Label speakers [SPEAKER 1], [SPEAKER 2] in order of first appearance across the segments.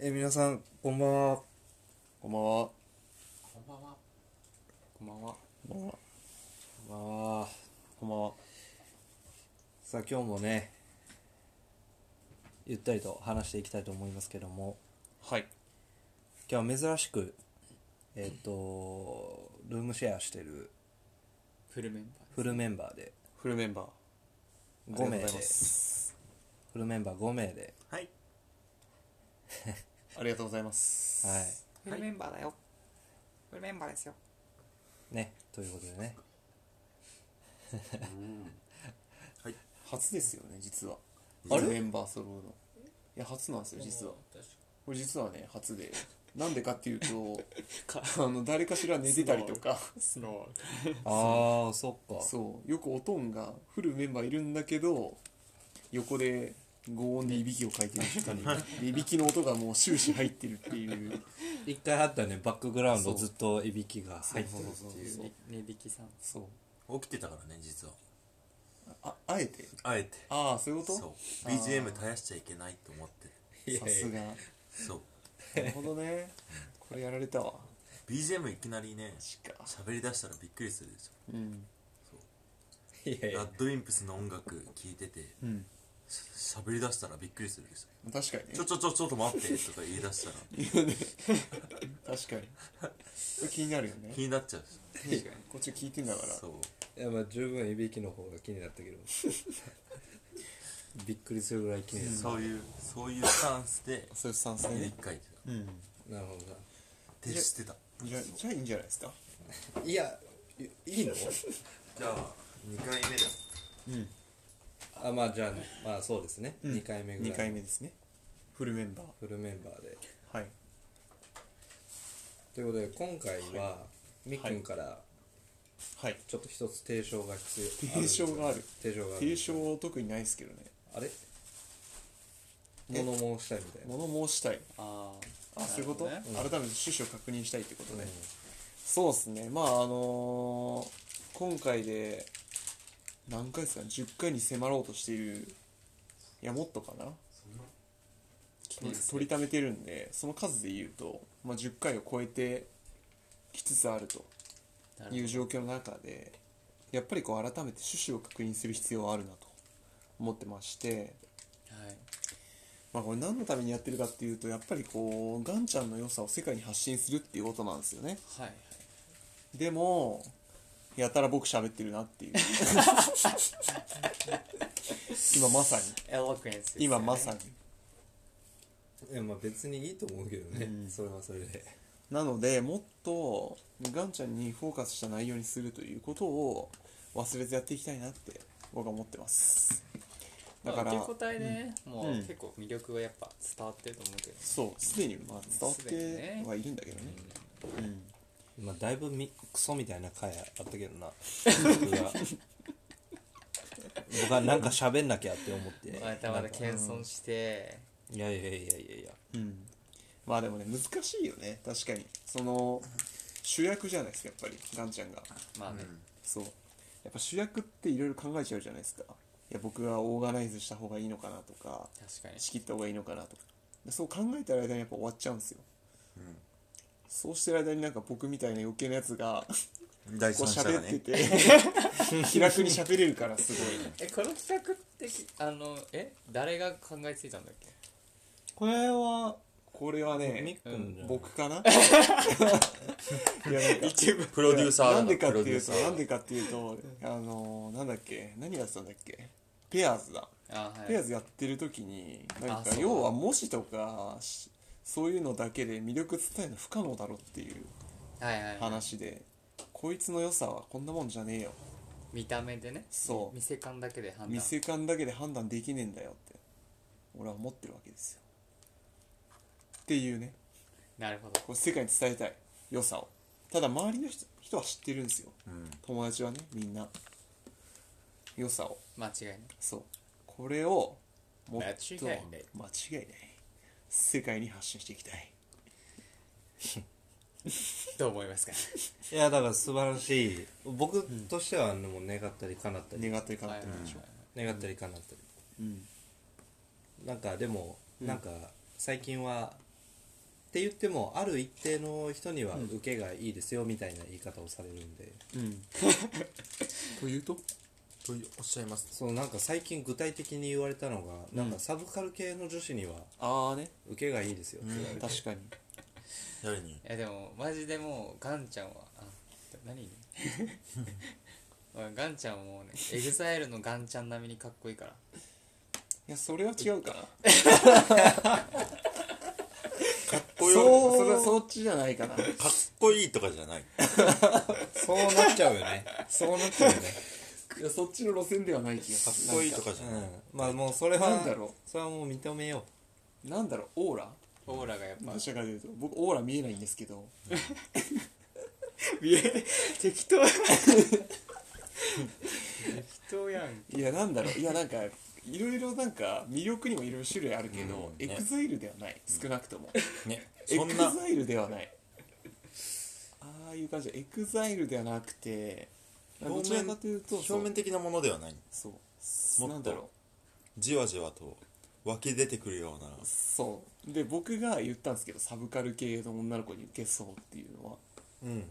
[SPEAKER 1] 皆さんこんばんは
[SPEAKER 2] こんばんは。
[SPEAKER 3] こんばんは。
[SPEAKER 2] こんばんは。
[SPEAKER 1] こんばんは
[SPEAKER 2] こんばんは。こんばんは。
[SPEAKER 1] さあ今日もね
[SPEAKER 2] ゆったりと話していきたいと思いますけども、
[SPEAKER 3] はい。
[SPEAKER 2] 今日は珍しく、えっ、と、ルームシェアしてる
[SPEAKER 3] フルメンバー。
[SPEAKER 2] フルメンバーで、
[SPEAKER 3] フルメンバー。
[SPEAKER 2] 5名
[SPEAKER 3] ありが
[SPEAKER 2] で
[SPEAKER 3] とうございま、
[SPEAKER 2] フルメンバー5名で、
[SPEAKER 1] はい
[SPEAKER 3] ありがとうございます。
[SPEAKER 2] は
[SPEAKER 3] フルメンバーだよ。フルメンバーですよ。
[SPEAKER 2] い。ね、ということでね、
[SPEAKER 3] 初ですよね、実は。
[SPEAKER 2] あ
[SPEAKER 3] フ
[SPEAKER 2] れ
[SPEAKER 3] ルメンバー揃うの。いや、初なんですよ、実は。これ実はね、初で。なんでかっていうと、あの 誰かしら寝てたりとか、
[SPEAKER 4] スノ
[SPEAKER 2] ああ、そっか。
[SPEAKER 3] そう、よくおとんがフルメンバーいるんだけど、横で強音でいびきをかいてる 人に、でいびきの音がもう終始入ってるっていう。
[SPEAKER 2] 一回あったよね、バックグラウンド
[SPEAKER 3] そう
[SPEAKER 2] ずっといびきが入ってる
[SPEAKER 3] そ
[SPEAKER 2] って
[SPEAKER 3] うそう
[SPEAKER 2] い。
[SPEAKER 3] そううそう
[SPEAKER 4] 値引きさん
[SPEAKER 3] そう。
[SPEAKER 1] 起きてたからね実は
[SPEAKER 3] あ、あえて
[SPEAKER 1] あえて
[SPEAKER 3] ああ、そういうこと
[SPEAKER 1] そう
[SPEAKER 3] あー
[SPEAKER 1] BGM 絶やしちゃいけないと思って
[SPEAKER 2] い
[SPEAKER 3] さ
[SPEAKER 2] やいや
[SPEAKER 3] すが。
[SPEAKER 1] そう
[SPEAKER 3] なるほどね。これやられたわ。
[SPEAKER 1] BGM いきなりね
[SPEAKER 3] 確か。
[SPEAKER 1] 喋り出したらびっくりするでし
[SPEAKER 3] うん。
[SPEAKER 2] いやい
[SPEAKER 1] ょラ
[SPEAKER 2] や
[SPEAKER 1] ッドウィンプスの音楽聴いてて
[SPEAKER 3] うん。
[SPEAKER 1] し喋り出したらびっくりするでし
[SPEAKER 3] 確かに
[SPEAKER 1] ょ
[SPEAKER 3] ね
[SPEAKER 1] ちょ。ちょちょちょっと 待ってとか言い出したら
[SPEAKER 3] 確かに。これ気になるよ ね
[SPEAKER 1] 気。になっちゃうでし
[SPEAKER 3] ねこっち聞いてんだから。
[SPEAKER 1] ょそう
[SPEAKER 2] いやまあ十分いびきの方が気になったけ どびっくりするぐらい気になった、
[SPEAKER 1] そういうそういうスタンスで
[SPEAKER 3] そういうスタンスで
[SPEAKER 1] 一
[SPEAKER 3] ね。
[SPEAKER 1] 回って
[SPEAKER 3] うん。
[SPEAKER 2] なるほどな
[SPEAKER 1] 徹してた
[SPEAKER 3] じゃじゃあいいんじゃないですか。
[SPEAKER 2] いやいいいの
[SPEAKER 1] じゃあ2回目だ
[SPEAKER 3] うん。
[SPEAKER 2] あまあじゃあ、まあそうですね、
[SPEAKER 3] うん
[SPEAKER 2] 二2回目ぐらい
[SPEAKER 3] 2回目ですね。フルメンバー。
[SPEAKER 2] フルメンバーで
[SPEAKER 3] はい。
[SPEAKER 2] ということで今回は、みっくんから
[SPEAKER 3] はい。
[SPEAKER 2] ちょっと一つ提唱が必要
[SPEAKER 3] 提唱がある
[SPEAKER 2] 提唱がある
[SPEAKER 3] 提唱は特にないですけどね。
[SPEAKER 2] あれ
[SPEAKER 3] え
[SPEAKER 2] 物申したいみたいな
[SPEAKER 3] 物申したい。
[SPEAKER 4] あ
[SPEAKER 3] あ、そういうこと、
[SPEAKER 4] なる
[SPEAKER 3] 改めて趣旨を確認したいってことね。そうですね。まあ、あのー今回で、何回ですか ?10 回に迫ろうとしている。いや、もっとかな取り取りためてるんで、その数で言うと、まあ、10回を超えてきつつあると
[SPEAKER 4] ほど
[SPEAKER 3] いう状況の中で、やっぱりこう改めて趣旨を確認する必要はあるなと思ってまして、
[SPEAKER 4] はい
[SPEAKER 3] まあ、これ何のためにやってるかっていうと、やっぱりこう、ガンちゃんの良さを世界に発信するっていうことなんですよね。
[SPEAKER 4] はい
[SPEAKER 3] でもやたら僕喋ってるな っていう今まさに
[SPEAKER 4] エロクエンス
[SPEAKER 3] 今まさに
[SPEAKER 2] いやまあ別にいいと思うけどね、
[SPEAKER 3] うん
[SPEAKER 2] それはそれで
[SPEAKER 3] なのでもっとガンちゃんにフォーカスした内容にするということを忘れずやっていきたいなって僕は思ってますだ
[SPEAKER 4] だ
[SPEAKER 3] か
[SPEAKER 4] からら受け答えねもう
[SPEAKER 3] うん
[SPEAKER 4] 結構魅力はやっぱ伝わってると思うけど
[SPEAKER 3] そうすでにまあ伝わっ
[SPEAKER 4] すでにね
[SPEAKER 3] てはいるんだけどねうん
[SPEAKER 2] まあだいぶみクソみたいな回あったけどな僕が僕はなんか喋んなきゃって思って
[SPEAKER 4] まだまだ
[SPEAKER 2] なんか
[SPEAKER 4] 謙遜して
[SPEAKER 2] いやいやいやいやいや
[SPEAKER 3] うんまあでもね難しいよね確かにその主役じゃないですかやっぱりガンちゃんが
[SPEAKER 4] まあね
[SPEAKER 3] そうやっぱ主役っていろいろ考えちゃうじゃないですかいや僕がオーガナイズした方がいいのかなとか
[SPEAKER 4] 確かに
[SPEAKER 3] 仕切った方がいいのかなとかでそう考えてる間にやっぱ終わっちゃうんですよそうしてる間になんか僕みたいな余計なやつ が
[SPEAKER 1] うん第
[SPEAKER 3] こう
[SPEAKER 1] 三者
[SPEAKER 3] 喋
[SPEAKER 1] が
[SPEAKER 3] って
[SPEAKER 1] ね
[SPEAKER 3] て気楽に喋れるからすごい
[SPEAKER 4] えこの企画ってきあのえ誰が考えついたんだっけ
[SPEAKER 3] これはこれは
[SPEAKER 2] みっ
[SPEAKER 3] ね
[SPEAKER 2] くんじゃん
[SPEAKER 3] 僕 かな
[SPEAKER 1] 一部プロデューサーだ
[SPEAKER 3] なんでかって
[SPEAKER 1] プロデ
[SPEAKER 3] い
[SPEAKER 1] ュー
[SPEAKER 3] うと
[SPEAKER 1] サー
[SPEAKER 3] なんでかっていうとあのなんだっけ何やってたんだっけペアーズだ
[SPEAKER 4] あはい
[SPEAKER 3] ペアーズやってる時になん
[SPEAKER 4] あ
[SPEAKER 3] か
[SPEAKER 4] そう
[SPEAKER 3] 要は模試とかしそういうのだけで魅力伝えるの不可能だろっていう
[SPEAKER 4] はいはいはい
[SPEAKER 3] 話でこいつの良さはこんなもんじゃねえよ
[SPEAKER 4] 見た目でね
[SPEAKER 3] そう
[SPEAKER 4] 見せ感だけで判断
[SPEAKER 3] 見せ感だけで判断できねえんだよって俺は思ってるわけですよっていうね
[SPEAKER 4] なるほど
[SPEAKER 3] こう世界に伝えたい良さをただ周りの人人は知ってるんですよ
[SPEAKER 1] うん
[SPEAKER 3] 友達はねみんな良さを
[SPEAKER 4] 間違いない
[SPEAKER 3] そうこれをもっと
[SPEAKER 4] 間違いない
[SPEAKER 3] 間違いない世界に発信していきたい
[SPEAKER 4] どう思いますか
[SPEAKER 2] いやだから素晴らしい僕としてはあのもう願ったり叶ったり、
[SPEAKER 3] 願ってるかな
[SPEAKER 4] は
[SPEAKER 3] っ
[SPEAKER 4] い
[SPEAKER 3] て
[SPEAKER 4] は
[SPEAKER 3] る
[SPEAKER 4] いはい
[SPEAKER 3] でしょ
[SPEAKER 2] 願ったり叶ったり
[SPEAKER 3] うん
[SPEAKER 2] なんかでも、なんか最近はって言ってもある一定の人には
[SPEAKER 3] うん
[SPEAKER 2] 受けがいいですよみたいな言い方をされるんで、
[SPEAKER 3] うん
[SPEAKER 1] というとというおっしゃいます
[SPEAKER 2] そのなんか最近具体的に言われたのが、なんかサブカル系の女子には
[SPEAKER 3] ああね
[SPEAKER 2] 受けがいいですよって言われて、
[SPEAKER 3] 確かに
[SPEAKER 1] 誰に
[SPEAKER 4] いやでもマジでもうガンちゃんはあ何 俺ガンちゃんはもうねエグザイルのガンちゃん並みにかっこいいから
[SPEAKER 3] いやそれは違うかな
[SPEAKER 1] こ
[SPEAKER 3] そうそれは
[SPEAKER 1] かっ
[SPEAKER 3] そっちじゃないかな
[SPEAKER 1] こいいとかじゃない
[SPEAKER 2] そうなっちゃうよねそうなっちゃうよね
[SPEAKER 3] いやそっちの路線ではない気が
[SPEAKER 1] かっ
[SPEAKER 3] する
[SPEAKER 1] こいいと
[SPEAKER 3] な
[SPEAKER 1] か
[SPEAKER 3] ん
[SPEAKER 1] じゃない、
[SPEAKER 2] うん、まあもうそれは
[SPEAKER 3] なんだろう
[SPEAKER 2] それはもう認めよ
[SPEAKER 3] なんだろうオーラ
[SPEAKER 4] オーラがやっぱ
[SPEAKER 3] どちらかというと僕オーラ見えないんですけど見え適当
[SPEAKER 4] 人やん
[SPEAKER 3] いやなんだろういやなんかいろいろなんか魅力にもいろいろ種類あるけど、
[SPEAKER 1] うんね
[SPEAKER 3] エクザイルではない少なくとも、
[SPEAKER 1] ね
[SPEAKER 3] エ
[SPEAKER 1] そ
[SPEAKER 3] ク
[SPEAKER 1] んな
[SPEAKER 3] ザイルではないああいう感じエクザイルではなくてど
[SPEAKER 1] 表
[SPEAKER 3] ちら
[SPEAKER 1] 面
[SPEAKER 3] かというと
[SPEAKER 1] 表面的なものではない
[SPEAKER 3] そう
[SPEAKER 1] もっと
[SPEAKER 3] なんだろ
[SPEAKER 1] じわじわと湧き出てくるような
[SPEAKER 3] うそうで僕が言ったんですけどサブカル系の女の子に受けそうっていうのは、
[SPEAKER 2] う、うん、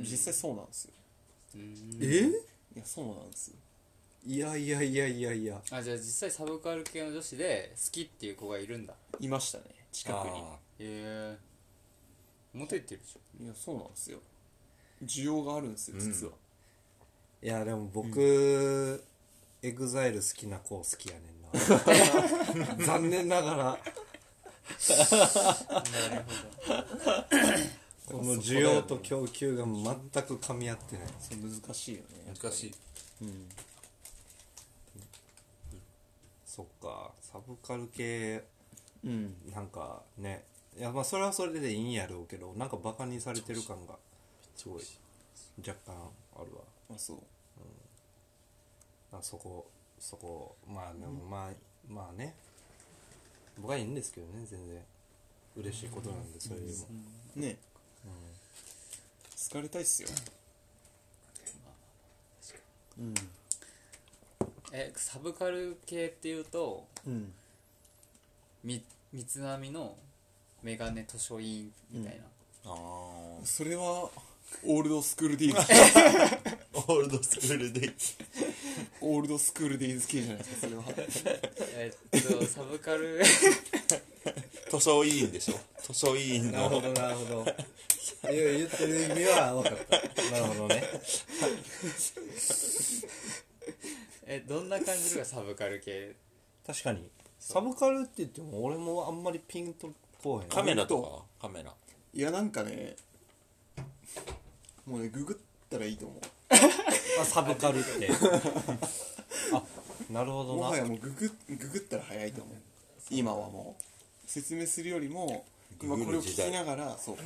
[SPEAKER 3] 実際そうなんですよ
[SPEAKER 4] うん
[SPEAKER 2] え
[SPEAKER 3] いやそうなんですよ
[SPEAKER 2] いやいやいやいやいや
[SPEAKER 4] あじゃあ実際サブカル系の女子で好きっていう子がいるんだ
[SPEAKER 3] いましたね近くに
[SPEAKER 1] あ
[SPEAKER 4] へえモテてるでしょ
[SPEAKER 3] いやそうなんですよ需要があるんですよ実は、
[SPEAKER 2] いやでも僕、エグザイル好きな子好きやねんな残念ながら
[SPEAKER 4] なるほど
[SPEAKER 2] この需要と供給が全く噛み合ってない
[SPEAKER 3] そう難しいよね
[SPEAKER 1] ー難しい
[SPEAKER 3] うん
[SPEAKER 2] そっかサブカル系
[SPEAKER 3] うん
[SPEAKER 2] なんかねいやまあそれはそれでいいんやろうけどなんかバカにされてる感がすごい若干ある
[SPEAKER 3] あそう
[SPEAKER 2] わあそこそこまあでもまあ、まあね僕はいいんですけどね全然嬉しいことなんでそれでも、
[SPEAKER 3] ね好かれたいっすようん
[SPEAKER 4] えサブカル系っていうと
[SPEAKER 3] うん
[SPEAKER 4] み三つ編みのメガネ図書委員みたいな、
[SPEAKER 1] ああオ
[SPEAKER 3] それはオールドスクールディー ズ
[SPEAKER 1] ールドスクールで
[SPEAKER 3] オールドスクールディーズ系じゃないですかそれは
[SPEAKER 4] えっ とサブカル
[SPEAKER 1] 図書委員でしょ図書委員
[SPEAKER 2] なるほど
[SPEAKER 1] の
[SPEAKER 2] なるほど いや言ってる意味は分かったなるほどね
[SPEAKER 4] えどんな感じのがサブカル系
[SPEAKER 2] 確かにサブカルって言っても俺もあんまりピンとこうへん
[SPEAKER 1] カメラとかはカメラ
[SPEAKER 3] いやなんかねもうねググったらいいと思
[SPEAKER 2] あサブカルってあなるほ
[SPEAKER 3] う
[SPEAKER 2] ど
[SPEAKER 3] もは
[SPEAKER 2] な
[SPEAKER 3] やもうググググったら早いと思う今はもう説明するよりも今これを聞きながらそう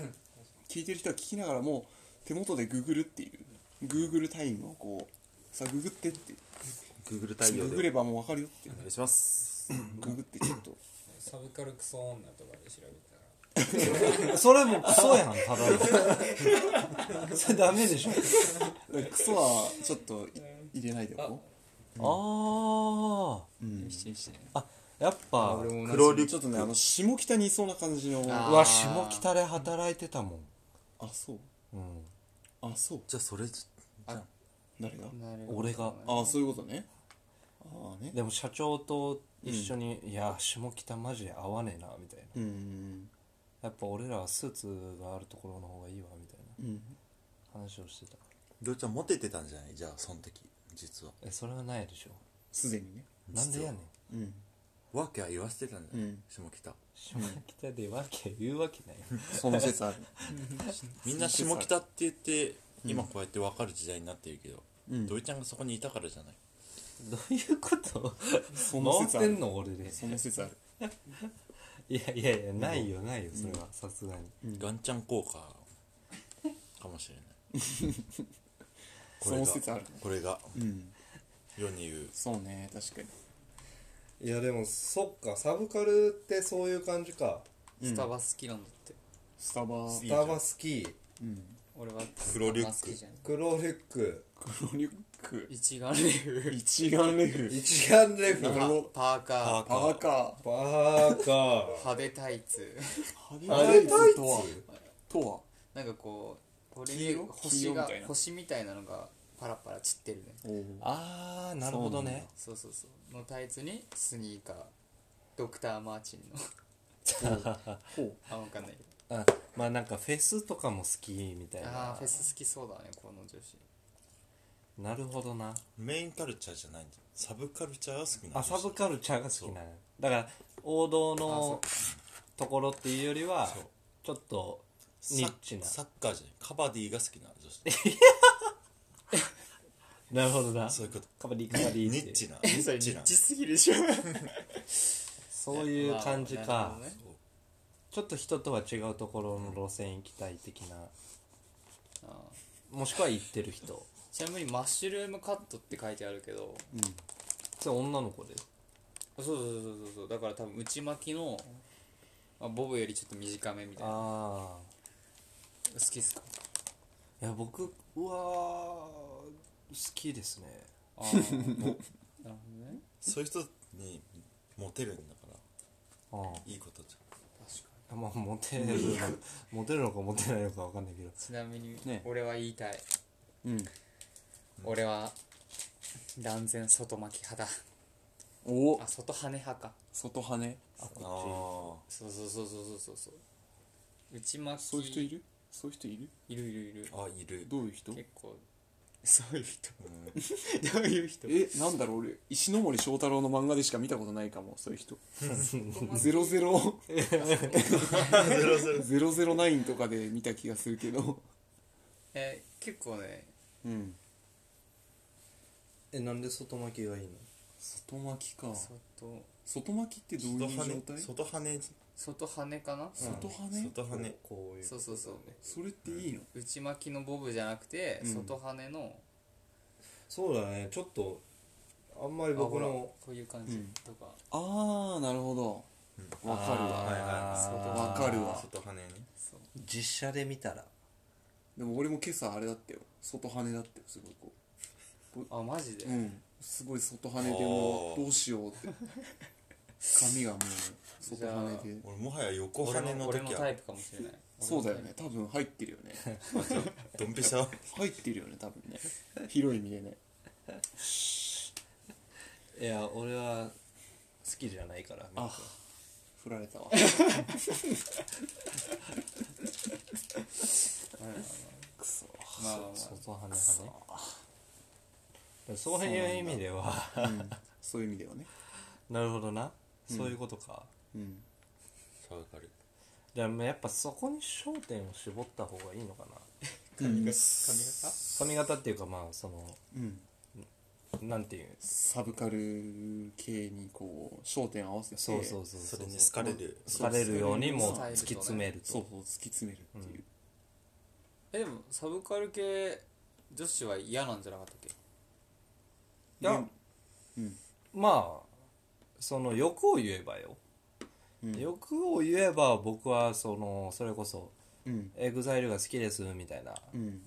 [SPEAKER 3] 聞いてる人は聞きながらもう手元でググるっていうグーグルタイムをこうさあググってって
[SPEAKER 1] グーグル対応
[SPEAKER 3] グ
[SPEAKER 1] で
[SPEAKER 3] グればもう分かるよって
[SPEAKER 1] お願いします
[SPEAKER 3] ググってちょっと
[SPEAKER 5] サブカルクソ女とかで調べたら
[SPEAKER 2] それもクソやんただのそれダメでしょ
[SPEAKER 3] クソはちょっとい入れないでおこ
[SPEAKER 2] あ
[SPEAKER 3] う、うん、
[SPEAKER 4] 一緒にしてね
[SPEAKER 2] ああやっぱ
[SPEAKER 1] 黒リュ
[SPEAKER 3] ちょっ
[SPEAKER 1] ッ
[SPEAKER 3] とねあの下北にいそうな感じの
[SPEAKER 4] あ
[SPEAKER 2] うわ下北で働いてたも、
[SPEAKER 3] あそうん
[SPEAKER 2] うん、
[SPEAKER 3] あそう
[SPEAKER 1] じゃあそれ
[SPEAKER 3] 誰が
[SPEAKER 4] なるほど
[SPEAKER 2] 俺が
[SPEAKER 3] あそういうことねああね
[SPEAKER 2] でも社長と一緒に、いや下北マジで合わねえなみたいな
[SPEAKER 3] うん
[SPEAKER 2] やっぱ俺らはスーツがあるところの方がいいわみたいな
[SPEAKER 3] うん
[SPEAKER 2] 話をしてた
[SPEAKER 1] りょうちゃんモテてたんじゃないじゃあその時実は
[SPEAKER 2] えそれはないでしょ
[SPEAKER 3] すでにね
[SPEAKER 2] なんでやねん
[SPEAKER 3] うん
[SPEAKER 1] わけは言わせてたんじゃな
[SPEAKER 3] う
[SPEAKER 1] い、
[SPEAKER 3] ん
[SPEAKER 1] 下北
[SPEAKER 2] 下北でわけ言うわけない
[SPEAKER 3] その説ある
[SPEAKER 1] みんな下北って言って今こうやって分かる時代になってるけど、
[SPEAKER 3] うん
[SPEAKER 1] 土井ちゃんがそこにいたからじゃない
[SPEAKER 2] どういうこと
[SPEAKER 3] その
[SPEAKER 2] 回
[SPEAKER 3] 説
[SPEAKER 2] っ
[SPEAKER 3] あ
[SPEAKER 2] て
[SPEAKER 3] る
[SPEAKER 2] んの俺で
[SPEAKER 3] その説ある
[SPEAKER 2] いやいやいやないよないよそれはさすがに
[SPEAKER 1] ガンちゃん効果かもしれないこ
[SPEAKER 3] そ
[SPEAKER 1] れ
[SPEAKER 3] の
[SPEAKER 1] が
[SPEAKER 3] 説ある
[SPEAKER 1] これが
[SPEAKER 3] うん
[SPEAKER 1] 世に言う
[SPEAKER 3] そうね確かに
[SPEAKER 2] いやでもそっかサブカルってそういう感じか
[SPEAKER 4] スタバ好きなんだって、
[SPEAKER 3] スタバ
[SPEAKER 1] い
[SPEAKER 2] ス
[SPEAKER 1] じゃん
[SPEAKER 2] タバ好き
[SPEAKER 3] うん
[SPEAKER 4] 俺はス
[SPEAKER 1] 黒リュッ
[SPEAKER 4] タ
[SPEAKER 1] ク
[SPEAKER 4] バ好きじゃん
[SPEAKER 2] 黒リュック
[SPEAKER 3] 黒リュック
[SPEAKER 4] 一眼レフ
[SPEAKER 3] 一眼レフ
[SPEAKER 2] 一眼レフ
[SPEAKER 3] なるほど
[SPEAKER 4] パーカ
[SPEAKER 3] パーカ
[SPEAKER 2] バーカ
[SPEAKER 4] ー派手タイツ
[SPEAKER 3] ー
[SPEAKER 2] ー
[SPEAKER 3] 派手タイツとはとは
[SPEAKER 4] なんかこうこれ
[SPEAKER 3] 黄
[SPEAKER 4] に
[SPEAKER 3] 色黄
[SPEAKER 4] 星
[SPEAKER 3] 色み
[SPEAKER 4] が
[SPEAKER 3] たいな
[SPEAKER 4] 星みたいなのがパラパラ散ってるね
[SPEAKER 2] ああなるほどね
[SPEAKER 4] そうそうそうのタイツにスニーカードクター・マーチンの
[SPEAKER 3] ほう
[SPEAKER 4] あわかんないけど
[SPEAKER 2] あまあなんかフェスとかも好きみたい
[SPEAKER 4] あ
[SPEAKER 2] な
[SPEAKER 4] あフェス好きそうだねこの女子
[SPEAKER 2] なるほどな
[SPEAKER 1] メインカルチャーじゃないんだサブカルチャーが好きなんだ
[SPEAKER 2] あサブカルチャーが好きなのだから王道のところっていうよりは
[SPEAKER 1] そう
[SPEAKER 2] ちょっと
[SPEAKER 1] サ
[SPEAKER 2] ニッチな
[SPEAKER 1] サッカーじゃないカバディが好きな女子
[SPEAKER 2] なるほどな
[SPEAKER 1] そういうこと
[SPEAKER 2] カバディカバディ
[SPEAKER 1] ニ
[SPEAKER 2] って
[SPEAKER 1] ッチなニ
[SPEAKER 4] それ
[SPEAKER 1] ッ
[SPEAKER 4] ニ
[SPEAKER 1] チな
[SPEAKER 4] ッチすぎるでしょ
[SPEAKER 2] そういう感じ
[SPEAKER 4] まあなる
[SPEAKER 2] か
[SPEAKER 4] ほどね
[SPEAKER 1] そう
[SPEAKER 2] ちょっと人とは違うところの路線行きたい的な
[SPEAKER 4] あー
[SPEAKER 2] もしくは行ってる人
[SPEAKER 4] ちなみにマッシュルームカットって書いてあるけど
[SPEAKER 2] それ女の子で
[SPEAKER 4] そうそうそうそうそうだから多分内巻きの、まあ、ボブよりちょっと短めみたいな好
[SPEAKER 2] ああ
[SPEAKER 4] きっすか
[SPEAKER 2] いや僕は好きですね
[SPEAKER 4] ああなるほどね
[SPEAKER 1] そういう人にモテるんだから
[SPEAKER 2] あ
[SPEAKER 1] いいことじゃ
[SPEAKER 4] 確かに
[SPEAKER 1] ん
[SPEAKER 2] あまあモテるの モテるのかモテないのか分かんないけど
[SPEAKER 4] ちなみに
[SPEAKER 3] ね
[SPEAKER 4] 俺は言いたい、
[SPEAKER 3] うん
[SPEAKER 4] 俺は断然外巻き派だ
[SPEAKER 3] お
[SPEAKER 4] あ外羽派か
[SPEAKER 3] 外羽ね
[SPEAKER 2] あこ
[SPEAKER 1] あ
[SPEAKER 4] そうそうそうそうそうそうそう内巻き
[SPEAKER 3] そういう人いるそういう人いる
[SPEAKER 4] いるいるいる
[SPEAKER 1] あいる
[SPEAKER 3] どういう人
[SPEAKER 4] 結構そういう人
[SPEAKER 1] うん
[SPEAKER 4] どういう人
[SPEAKER 3] えなんだろう俺石ノ森章太郎の漫画でしか見たことないかもそういう人ゼロゼ ロゼロゼロナインとかで見た気がするけど
[SPEAKER 4] え結構ね
[SPEAKER 3] うん
[SPEAKER 2] っちえなんで外巻きがいいの
[SPEAKER 3] 外巻きか
[SPEAKER 4] 外
[SPEAKER 3] 外巻きってどういう
[SPEAKER 1] 外
[SPEAKER 3] 状
[SPEAKER 1] 羽
[SPEAKER 3] 態
[SPEAKER 1] 外羽
[SPEAKER 4] 外羽かな
[SPEAKER 3] 外羽
[SPEAKER 1] 外羽
[SPEAKER 2] こういう
[SPEAKER 4] そうそうそう
[SPEAKER 3] それっていいの
[SPEAKER 4] 内巻きのボブじゃなくて
[SPEAKER 3] うん
[SPEAKER 4] 外羽の
[SPEAKER 2] そうだねちょっとあんまり
[SPEAKER 4] あほらこういう感じ
[SPEAKER 3] うん
[SPEAKER 4] とか
[SPEAKER 3] ああなるほ
[SPEAKER 1] う
[SPEAKER 3] どわかる
[SPEAKER 1] はい
[SPEAKER 3] わ
[SPEAKER 1] はい
[SPEAKER 3] わかるわ
[SPEAKER 1] 外羽ね
[SPEAKER 4] そう
[SPEAKER 2] 実写で見たら
[SPEAKER 3] でも俺も今朝あれだったよ外羽だったよすごいこ
[SPEAKER 4] あマジで
[SPEAKER 3] ううんすごい外羽でもうどうしようって髪 がもう外羽で
[SPEAKER 1] 俺もはや横
[SPEAKER 4] 俺
[SPEAKER 1] 羽
[SPEAKER 4] の
[SPEAKER 1] の
[SPEAKER 4] 俺
[SPEAKER 1] 時
[SPEAKER 4] の
[SPEAKER 1] は
[SPEAKER 4] タイプかもしれない
[SPEAKER 3] そうだよね多分入ってるよね
[SPEAKER 1] ドンピシャ
[SPEAKER 3] 入ってるよね多分ね広い意味でね
[SPEAKER 2] いや俺は好きじゃないから
[SPEAKER 3] あ振られたわ
[SPEAKER 4] 俺のタイプ
[SPEAKER 3] くそ
[SPEAKER 4] まあまあま
[SPEAKER 2] 外羽派ねそういう意味では
[SPEAKER 3] うんそういう意味ではね
[SPEAKER 2] なるほどな、そういうことか
[SPEAKER 3] うん
[SPEAKER 1] サブカル
[SPEAKER 2] じゃあまあやっぱそこに焦点を絞った方がいいのかな
[SPEAKER 3] 髪が
[SPEAKER 2] 髪型っていうかまあその
[SPEAKER 3] うん
[SPEAKER 2] なんていうん
[SPEAKER 3] サブカル系にこう焦点合わせて
[SPEAKER 2] そうそうそう
[SPEAKER 1] そうれに好かれる
[SPEAKER 3] そう
[SPEAKER 2] 好かれるようにも
[SPEAKER 4] そう
[SPEAKER 2] 突き詰めると
[SPEAKER 3] そうそう突き詰めるっていう、
[SPEAKER 4] あえでもサブカル系女子は嫌なんじゃなかったっけ
[SPEAKER 2] いや
[SPEAKER 3] でうん
[SPEAKER 2] まあその欲を言えばよ、
[SPEAKER 3] うん
[SPEAKER 2] 欲を言えば僕はそのそれこそ
[SPEAKER 3] うん
[SPEAKER 2] エグザイルが好きですみたいな
[SPEAKER 3] うん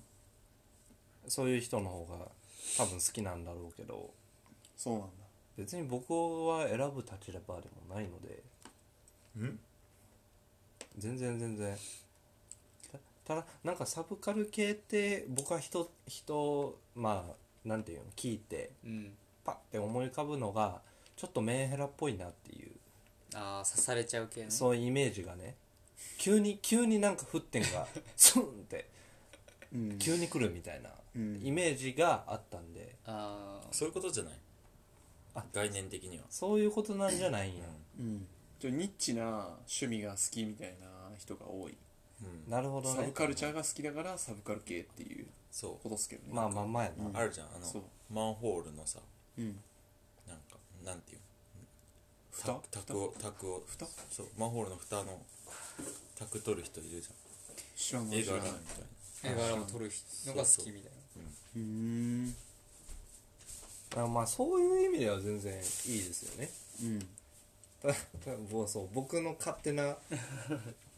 [SPEAKER 2] そういう人の方が多分好きなんだろうけど
[SPEAKER 3] そうなんだ
[SPEAKER 2] 別に僕は選ぶ立場でもないので
[SPEAKER 1] ん
[SPEAKER 2] 全然全然たただなんかサブカル系って僕は人人まあなんていうの聞いて
[SPEAKER 4] うん
[SPEAKER 2] パッて思い浮かぶのがちょっとメンヘラっぽいなっていう
[SPEAKER 4] ああ刺されちゃう系ね
[SPEAKER 2] そういうイメージがね急に急になんか沸点 がスンって
[SPEAKER 3] うん
[SPEAKER 2] 急に来るみたいな
[SPEAKER 3] うん
[SPEAKER 2] イメージがあったんで
[SPEAKER 4] あ あ
[SPEAKER 1] そういうことじゃない
[SPEAKER 2] あ
[SPEAKER 1] 概念的には
[SPEAKER 2] そういうことなんじゃないんや、
[SPEAKER 3] うんちょニッチな趣味が好きみたいな人が多い
[SPEAKER 1] うん
[SPEAKER 2] なるほど
[SPEAKER 3] サブ
[SPEAKER 2] ね
[SPEAKER 3] カルチャーが好きだからサブカル系っていう
[SPEAKER 1] そ
[SPEAKER 3] ことっすけどね
[SPEAKER 2] まあまあ前な、
[SPEAKER 3] う
[SPEAKER 1] うんあるじゃんあ
[SPEAKER 3] そう
[SPEAKER 1] のマンホールのさ
[SPEAKER 3] うん
[SPEAKER 1] なんかなんていう
[SPEAKER 3] 蓋
[SPEAKER 1] タクをタクを
[SPEAKER 3] 蓋
[SPEAKER 1] そうマンホールの蓋のタク取る人いるじ
[SPEAKER 3] 知ら
[SPEAKER 1] ゃん
[SPEAKER 3] ない
[SPEAKER 1] 映
[SPEAKER 3] 知
[SPEAKER 1] 画
[SPEAKER 3] ら
[SPEAKER 1] あ
[SPEAKER 3] ない
[SPEAKER 1] るみたいな
[SPEAKER 4] 絵柄を撮るのが好きみたいな
[SPEAKER 3] うーん
[SPEAKER 2] あまあそういう意味では全然いいですよね
[SPEAKER 3] うん
[SPEAKER 2] ただただ僕はそう僕の勝手な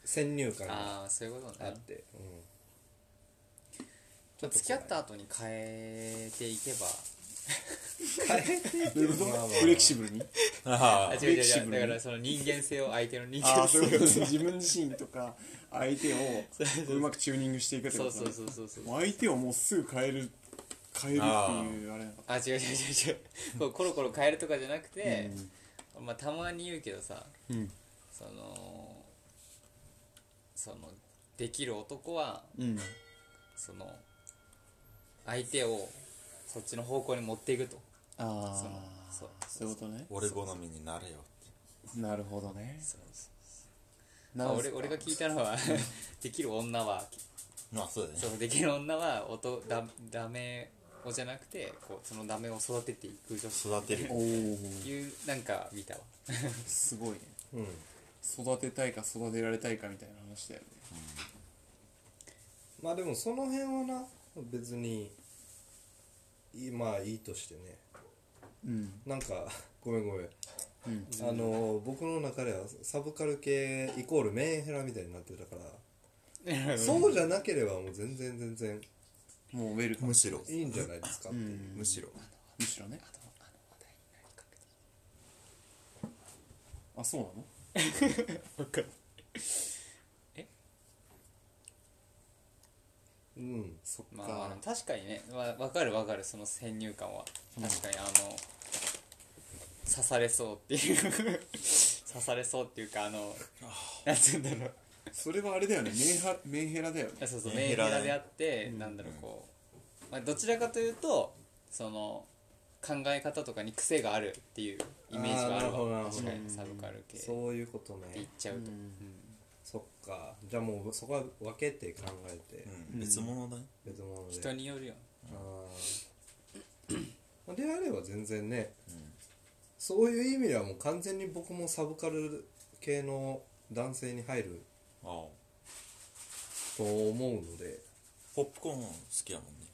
[SPEAKER 2] 先入観が
[SPEAKER 4] ああそういうこと
[SPEAKER 2] あ
[SPEAKER 4] ね
[SPEAKER 2] って、うん、ちったとこ
[SPEAKER 4] 付き合った後に変えていけば
[SPEAKER 3] どういうこ
[SPEAKER 2] まあまあ
[SPEAKER 3] とフレキシブルに
[SPEAKER 1] あ
[SPEAKER 4] あ
[SPEAKER 1] あ
[SPEAKER 4] 違う違う
[SPEAKER 3] フレキシ
[SPEAKER 4] 違
[SPEAKER 3] ブル
[SPEAKER 4] うだ
[SPEAKER 3] に
[SPEAKER 4] からその人間性を相手の人
[SPEAKER 3] あ
[SPEAKER 4] 間
[SPEAKER 3] あそうい
[SPEAKER 4] 性
[SPEAKER 3] うことですね自分自身とか相手をうまくチューニングしていくって
[SPEAKER 4] そ
[SPEAKER 3] こ
[SPEAKER 4] う
[SPEAKER 3] と
[SPEAKER 4] そうそうそうそう
[SPEAKER 3] もう相手をもうすぐ変える変えるっていうあれなの
[SPEAKER 4] あ違う違う違う違うこうコロコロ変えるとかじゃなくて、まあたまに言うけどさ
[SPEAKER 3] うん
[SPEAKER 4] そのそのできる男は
[SPEAKER 3] うん
[SPEAKER 4] その相手をそっちの方向に持っていくと
[SPEAKER 3] あ
[SPEAKER 4] その
[SPEAKER 3] あ
[SPEAKER 4] そう
[SPEAKER 3] そういうことね
[SPEAKER 1] 俺好みになれよって
[SPEAKER 3] なるほどね
[SPEAKER 4] そうそう
[SPEAKER 3] な
[SPEAKER 4] あ
[SPEAKER 3] ん
[SPEAKER 4] 俺
[SPEAKER 3] す
[SPEAKER 4] 俺が聞いたのは できる女は
[SPEAKER 1] まあそうだね
[SPEAKER 4] そうできる女はおとだダメをじゃなくてこうそのダメを育てていく女子
[SPEAKER 1] 育てる
[SPEAKER 3] おお
[SPEAKER 4] いうなんか見たわ
[SPEAKER 3] すごいね
[SPEAKER 2] うん
[SPEAKER 3] 育てたいか育てられたいかみたいな話だよね
[SPEAKER 2] まあでもその辺はな別にいいまあいいとしてね
[SPEAKER 3] うん
[SPEAKER 2] なんかごめんごめん
[SPEAKER 3] うん
[SPEAKER 2] あの僕の中ではサブカル系イコールメンヘラみたいになってたからそうじゃなければもう全然全然
[SPEAKER 3] もうウェルカム
[SPEAKER 1] しろ
[SPEAKER 2] いいんじゃないですかっていう
[SPEAKER 1] むしろ
[SPEAKER 3] むしろねあそうなの
[SPEAKER 2] うん
[SPEAKER 3] そっか、
[SPEAKER 4] まあまあでも確かにねわ分かる分かるその先入観は確かにあの、刺されそうっていう 刺されそうっていうかあのなんて言うんだろう
[SPEAKER 3] それはあれだよねメンハメンヘラだよね
[SPEAKER 4] あそうそう
[SPEAKER 1] メ
[SPEAKER 4] メ
[SPEAKER 1] ン
[SPEAKER 4] ン
[SPEAKER 1] ヘ
[SPEAKER 4] ヘ
[SPEAKER 1] ラ
[SPEAKER 4] ラであって、なんだろうこう、まあ、どちらかというとその考え方とかに癖があるっていうイメージがあ
[SPEAKER 2] あーなる
[SPEAKER 4] る
[SPEAKER 2] ほどな
[SPEAKER 4] わ
[SPEAKER 2] るほど
[SPEAKER 4] 確かにサブカル系って
[SPEAKER 2] そういうこと
[SPEAKER 4] 言
[SPEAKER 2] ね
[SPEAKER 4] っちゃうと、
[SPEAKER 3] うん
[SPEAKER 2] そっかじゃあもうそこは分けて考えて
[SPEAKER 1] うん別物だね
[SPEAKER 2] 別物で
[SPEAKER 4] 人によるよ
[SPEAKER 2] あーまあであれば全然ねそういう意味ではもう完全に僕もサブカル系の男性に入る
[SPEAKER 1] ああ
[SPEAKER 2] と思うので
[SPEAKER 1] ポップコーン好きやもんね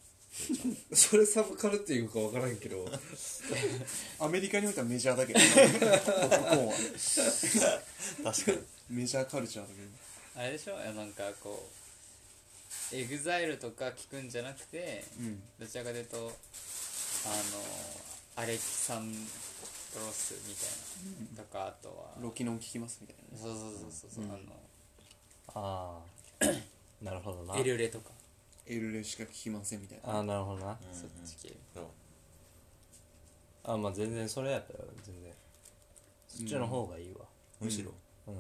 [SPEAKER 2] それサブカルっていうか分からんけど
[SPEAKER 3] アメリカにおいてはメジャーだ けど、ね、男は
[SPEAKER 1] 確かに
[SPEAKER 3] メジャーカルチャーだけど
[SPEAKER 4] あれでしょなんかこうエグザイルとか聞くんじゃなくて
[SPEAKER 3] うん
[SPEAKER 4] どちらかというとあのアレキサンドロスみたいな、とかあとは
[SPEAKER 3] ロキノン聞きますみたいなね
[SPEAKER 4] そうそうそうそう、あ
[SPEAKER 2] ああなるほどな
[SPEAKER 4] のエルレとか
[SPEAKER 3] エルレしか聞きませんみたいな
[SPEAKER 2] あなるほどな
[SPEAKER 4] そっち系
[SPEAKER 1] そう
[SPEAKER 2] あまあ全然それやったら全然そっちの方がいいわ
[SPEAKER 1] むしろ
[SPEAKER 2] う